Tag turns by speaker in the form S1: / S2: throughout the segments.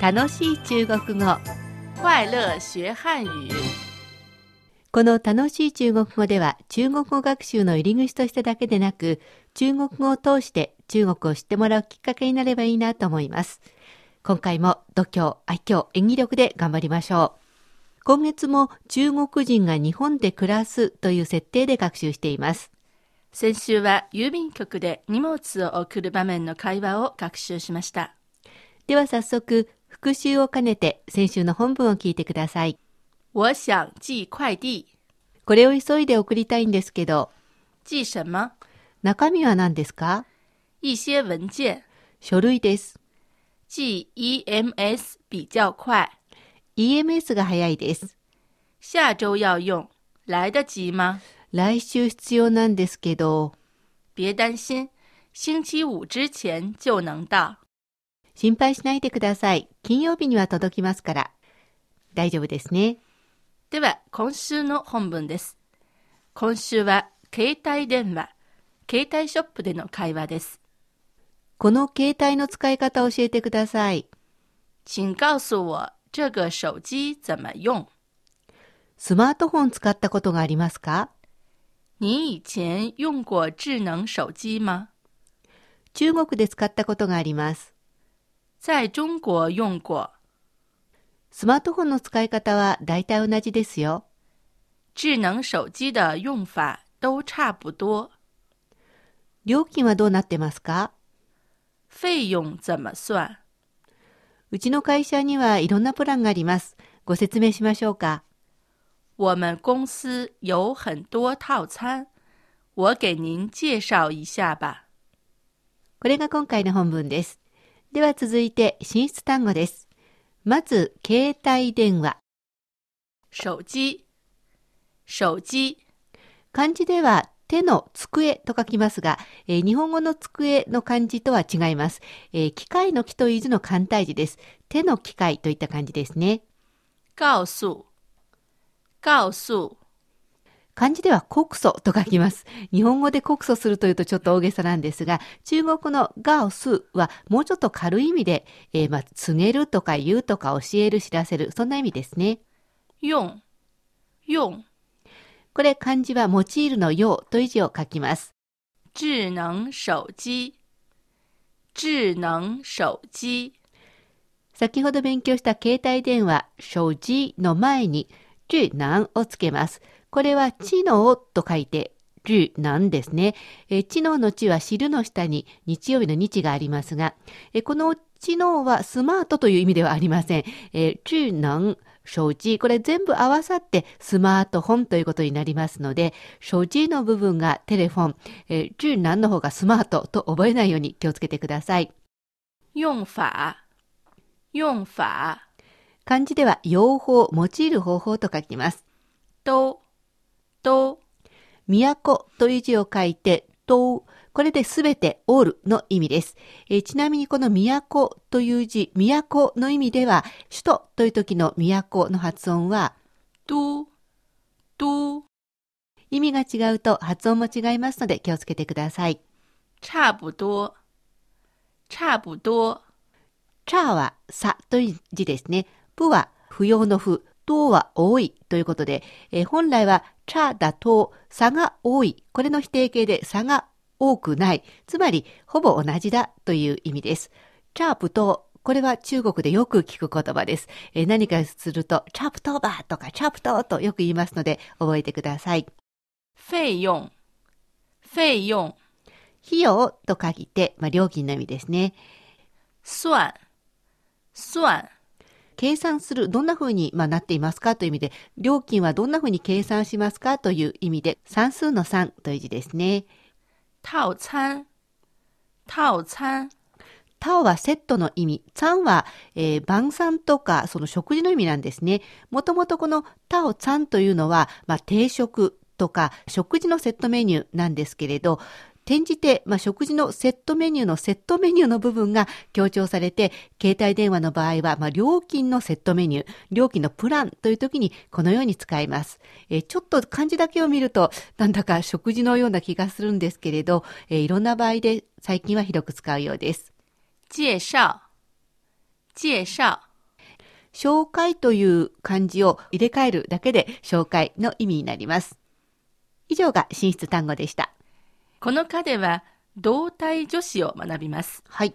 S1: 楽しい中国語
S2: 快乐学汉语。
S1: この楽しい中国語では中国語学習の入り口としてだけでなく中国語を通して中国を知ってもらうきっかけになればいいなと思います今回も度胸愛嬌演技力で頑張りましょう今月も中国人が日本で暮らすという設定で学習しています
S2: 先週は郵便局で荷物を送る場面の会話を学習しました。
S1: では早速復習を兼ねて先週の本文を聞いてください
S2: 我想寄快递，
S1: これを急いで送りたいんですけど
S2: 寄什么？
S1: 中身は何ですか
S2: 一些文件。
S1: 書類です
S2: 寄 EMS 比较快，
S1: EMS が早いです
S2: 下周要用，来得及吗？
S1: 来週必要なんですけど
S2: 别担心，星期五之前就能到。
S1: 心配しないでください。金曜日には届きますから。大丈夫ですね。
S2: では、今週の本文です。今週は、携帯電話、携帯ショップでの会話です。
S1: この携帯の使い方を教えてください。
S2: 请告诉我这个手机怎么用。
S1: スマートフォン使ったことがありますか
S2: 你以前用过智能手机吗？
S1: 中国で使ったことがあります。
S2: 在中国用过。
S1: スマートフォンの使い方は大体同じですよ。
S2: 智能手机的用法都差不多。
S1: 料金はどうなってますか
S2: 费用怎么算？
S1: うちの会社にはいろんなプランがあります。ご説明しましょうか。
S2: 我们公司有很多套餐，我给您介绍一下吧。
S1: これが今回の本文です。では続いて進出単語です。まず、携帯電話。
S2: 手机，手机，
S1: 漢字では手の机と書きますが、えー日本語の机の漢字とは違います。えー機械の木という字の簡体字です。手の機械といった感じですね。
S2: 告诉，告诉，
S1: 漢字では告訴と書きます。日本語で告訴するというとちょっと大げさなんですが、中国語のガオスはもうちょっと軽い意味で、えーまあ、告げるとか言うとか教える知らせる、そんな意味ですね。
S2: 用，用。
S1: これ漢字は用いるの用という字を書きます。
S2: 智能手机，智能手机，
S1: 先ほど勉強した携帯電話、所持の前に、智能をつけます。これは知能と書いて、智能ですね。えー知能の知は知るの下に日曜日の日がありますが、えーこの知能はスマートという意味ではありません。えー、智能、所持、これ全部合わさってスマートフォンということになりますので、所持の部分がテレフォン、えー、智能の方がスマートと覚えないように気をつけてください。
S2: 用法，用法，
S1: 漢字では用法、用いる方法と書きます。
S2: 都，都，
S1: 都という字を書いて、東、これで全てオールの意味です。えーちなみにこの都という字、都の意味では、首都という時の都の発音は、
S2: 都，都，
S1: 意味が違うと発音も違いますので気をつけてください。
S2: 差不多，差不多，
S1: チャーはさという字ですね。不は不要の不、とは多いということで、えー本来はチャーだと差が多い。これの否定形で差が多くない。つまり、ほぼ同じだという意味です。チャープと、これは中国でよく聞く言葉です。えー何かすると、チャープトーバーとかチャープトーとよく言いますので、覚えてください。
S2: 费用，费用，
S1: 費用と書いて、まあ、料金の意味ですね。
S2: 算，算，
S1: 計算する、どんな風に、まあ、なっていますかという意味で、料金はどんな風に計算しますかという意味で、算数の3という字ですね。
S2: 套餐，套餐，
S1: タオはセットの意味、ツァンは、えー晩餐とか、その食事の意味なんですね。もともとこのタオツァンというのは、まあ、定食とか、食事のセットメニューなんですけれど、転じて、まあ、食事のセットメニューのセットメニューの部分が強調されて、携帯電話の場合は、まあ、料金のセットメニュー、料金のプランという時にこのように使います。えーちょっと漢字だけを見ると、なんだか食事のような気がするんですけれど、えーいろんな場合で最近は広く使うようです。
S2: 介绍，介绍，
S1: 紹介という漢字を入れ替えるだけで紹介の意味になります。以上が進出単語でした。
S2: この課では、動体助詞を学びます。
S1: はい。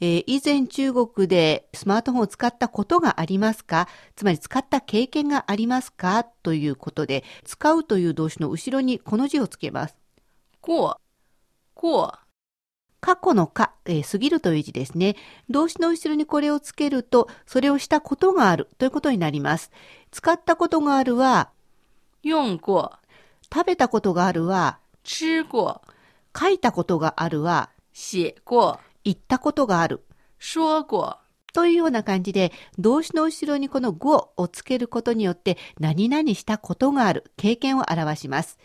S1: えー、以前中国でスマートフォンを使ったことがありますかつまり使った経験がありますかということで、使うという動詞の後ろにこの字をつけます。
S2: こう、こう。
S1: 過去の過、えー、過ぎるという字ですね。動詞の後ろにこれをつけると、それをしたことがあるということになります。使ったことがあるは、
S2: 用过、
S1: 食べたことがあるは、
S2: 吃过、
S1: 書いたことがあるは、
S2: 写过、
S1: 言ったことがある、
S2: 说过。
S1: というような感じで、動詞の後ろにこの語をつけることによって、何々したことがある、経験を表します。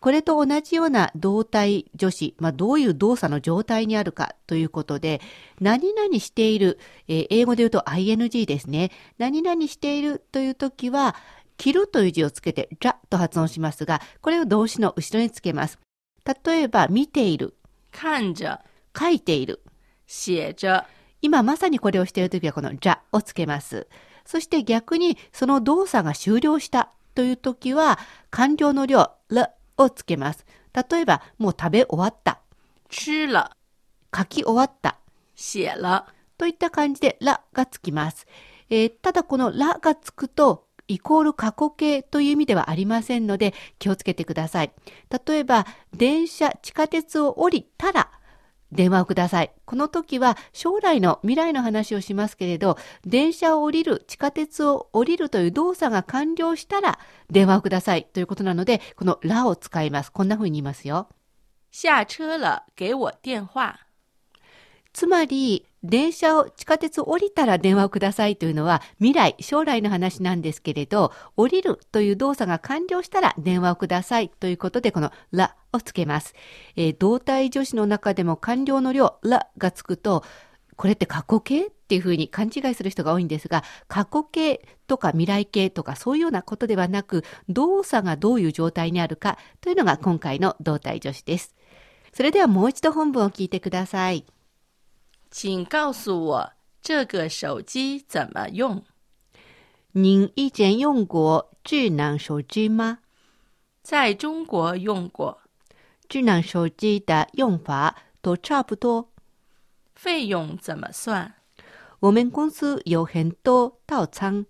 S1: これと同じような動体助詞、まあ、どういう動作の状態にあるかということで、何々している、えー、英語で言うと ing ですね。何々しているという時は、着るという字をつけて、じゃと発音しますが、これを動詞の後ろにつけます。例えば、見ている。
S2: 看着。
S1: 書いている。
S2: 写着。
S1: 今まさにこれをしている時は、このじゃをつけます。そして逆に、その動作が終了したという時は、完了の量、るをつけます。例えば、もう食べ終わった。
S2: 吃了。
S1: 書き終わった。
S2: 写了。
S1: といった感じで、らがつきます。えー、ただこのらがつくと、イコール過去形という意味ではありませんので、気をつけてください。例えば、電車、地下鉄を降りたら、電話をください。この時は将来の未来の話をしますけれど、電車を降りる、地下鉄を降りるという動作が完了したら電話をくださいということなので、このらを使います。こんな風に言いますよ。
S2: 下車了、给我電話。
S1: つまり、電車を、地下鉄を降りたら電話をくださいというのは未来、将来の話なんですけれど、降りるという動作が完了したら電話をくださいということで、このらをつけます。えー、動体助詞の中でも完了の量、らがつくと、これって過去形っていうふうに勘違いする人が多いんですが、過去形とか未来形とかそういうようなことではなく、動作がどういう状態にあるかというのが今回の動体助詞です。それではもう一度本文を聞いてください。
S2: 请告诉我这个手机怎么用？
S1: 您以前用过智能手机吗？
S2: 在中国用过。
S1: 智能手机的用法都差不多。
S2: 费用怎么算？
S1: 我们公司有很多套餐，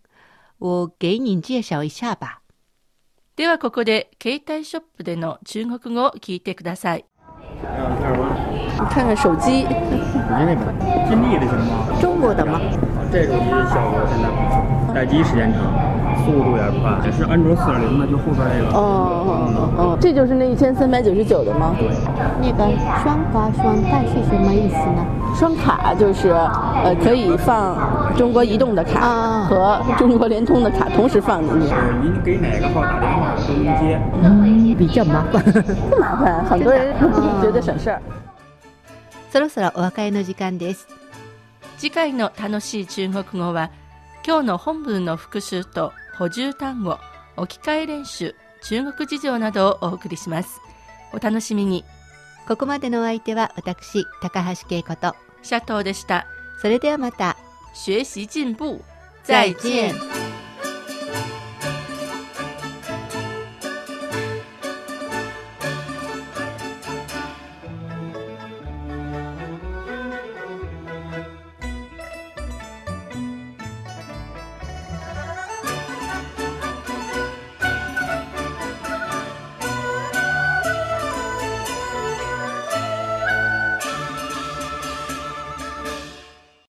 S1: 我给您介绍一下吧。
S2: ではここで携帯ショップでの中国語を聞いてください。
S3: 嗯
S4: 看看手机。
S3: 手机那边，金立的行吗？
S4: 中国的吗？
S3: 这手机效果现在不错，待机时间长，速度也快，也是安卓四点零的，就后边那个。
S4: 哦哦哦哦，这就是那一千三百九十九的吗？
S3: 对。
S5: 那个双卡双待是什么意思呢？
S4: 双卡就是呃可以放中国移动的卡和中国联通的卡同时放进去。
S3: 是您给哪个号打电话都能接。
S5: 嗯，比较麻烦。
S4: 不麻烦，很多人 觉得省事儿。
S1: そろそろお別れの時間です。
S2: 次回の楽しい中国語は、今日の本文の復習と補充単語、置き換え練習、中国事情などをお送りします。お楽しみに。
S1: ここまでのお相手は私、高橋恵子と、
S2: シャトーでした。
S1: それではまた。
S2: 学習進步。
S1: 再见。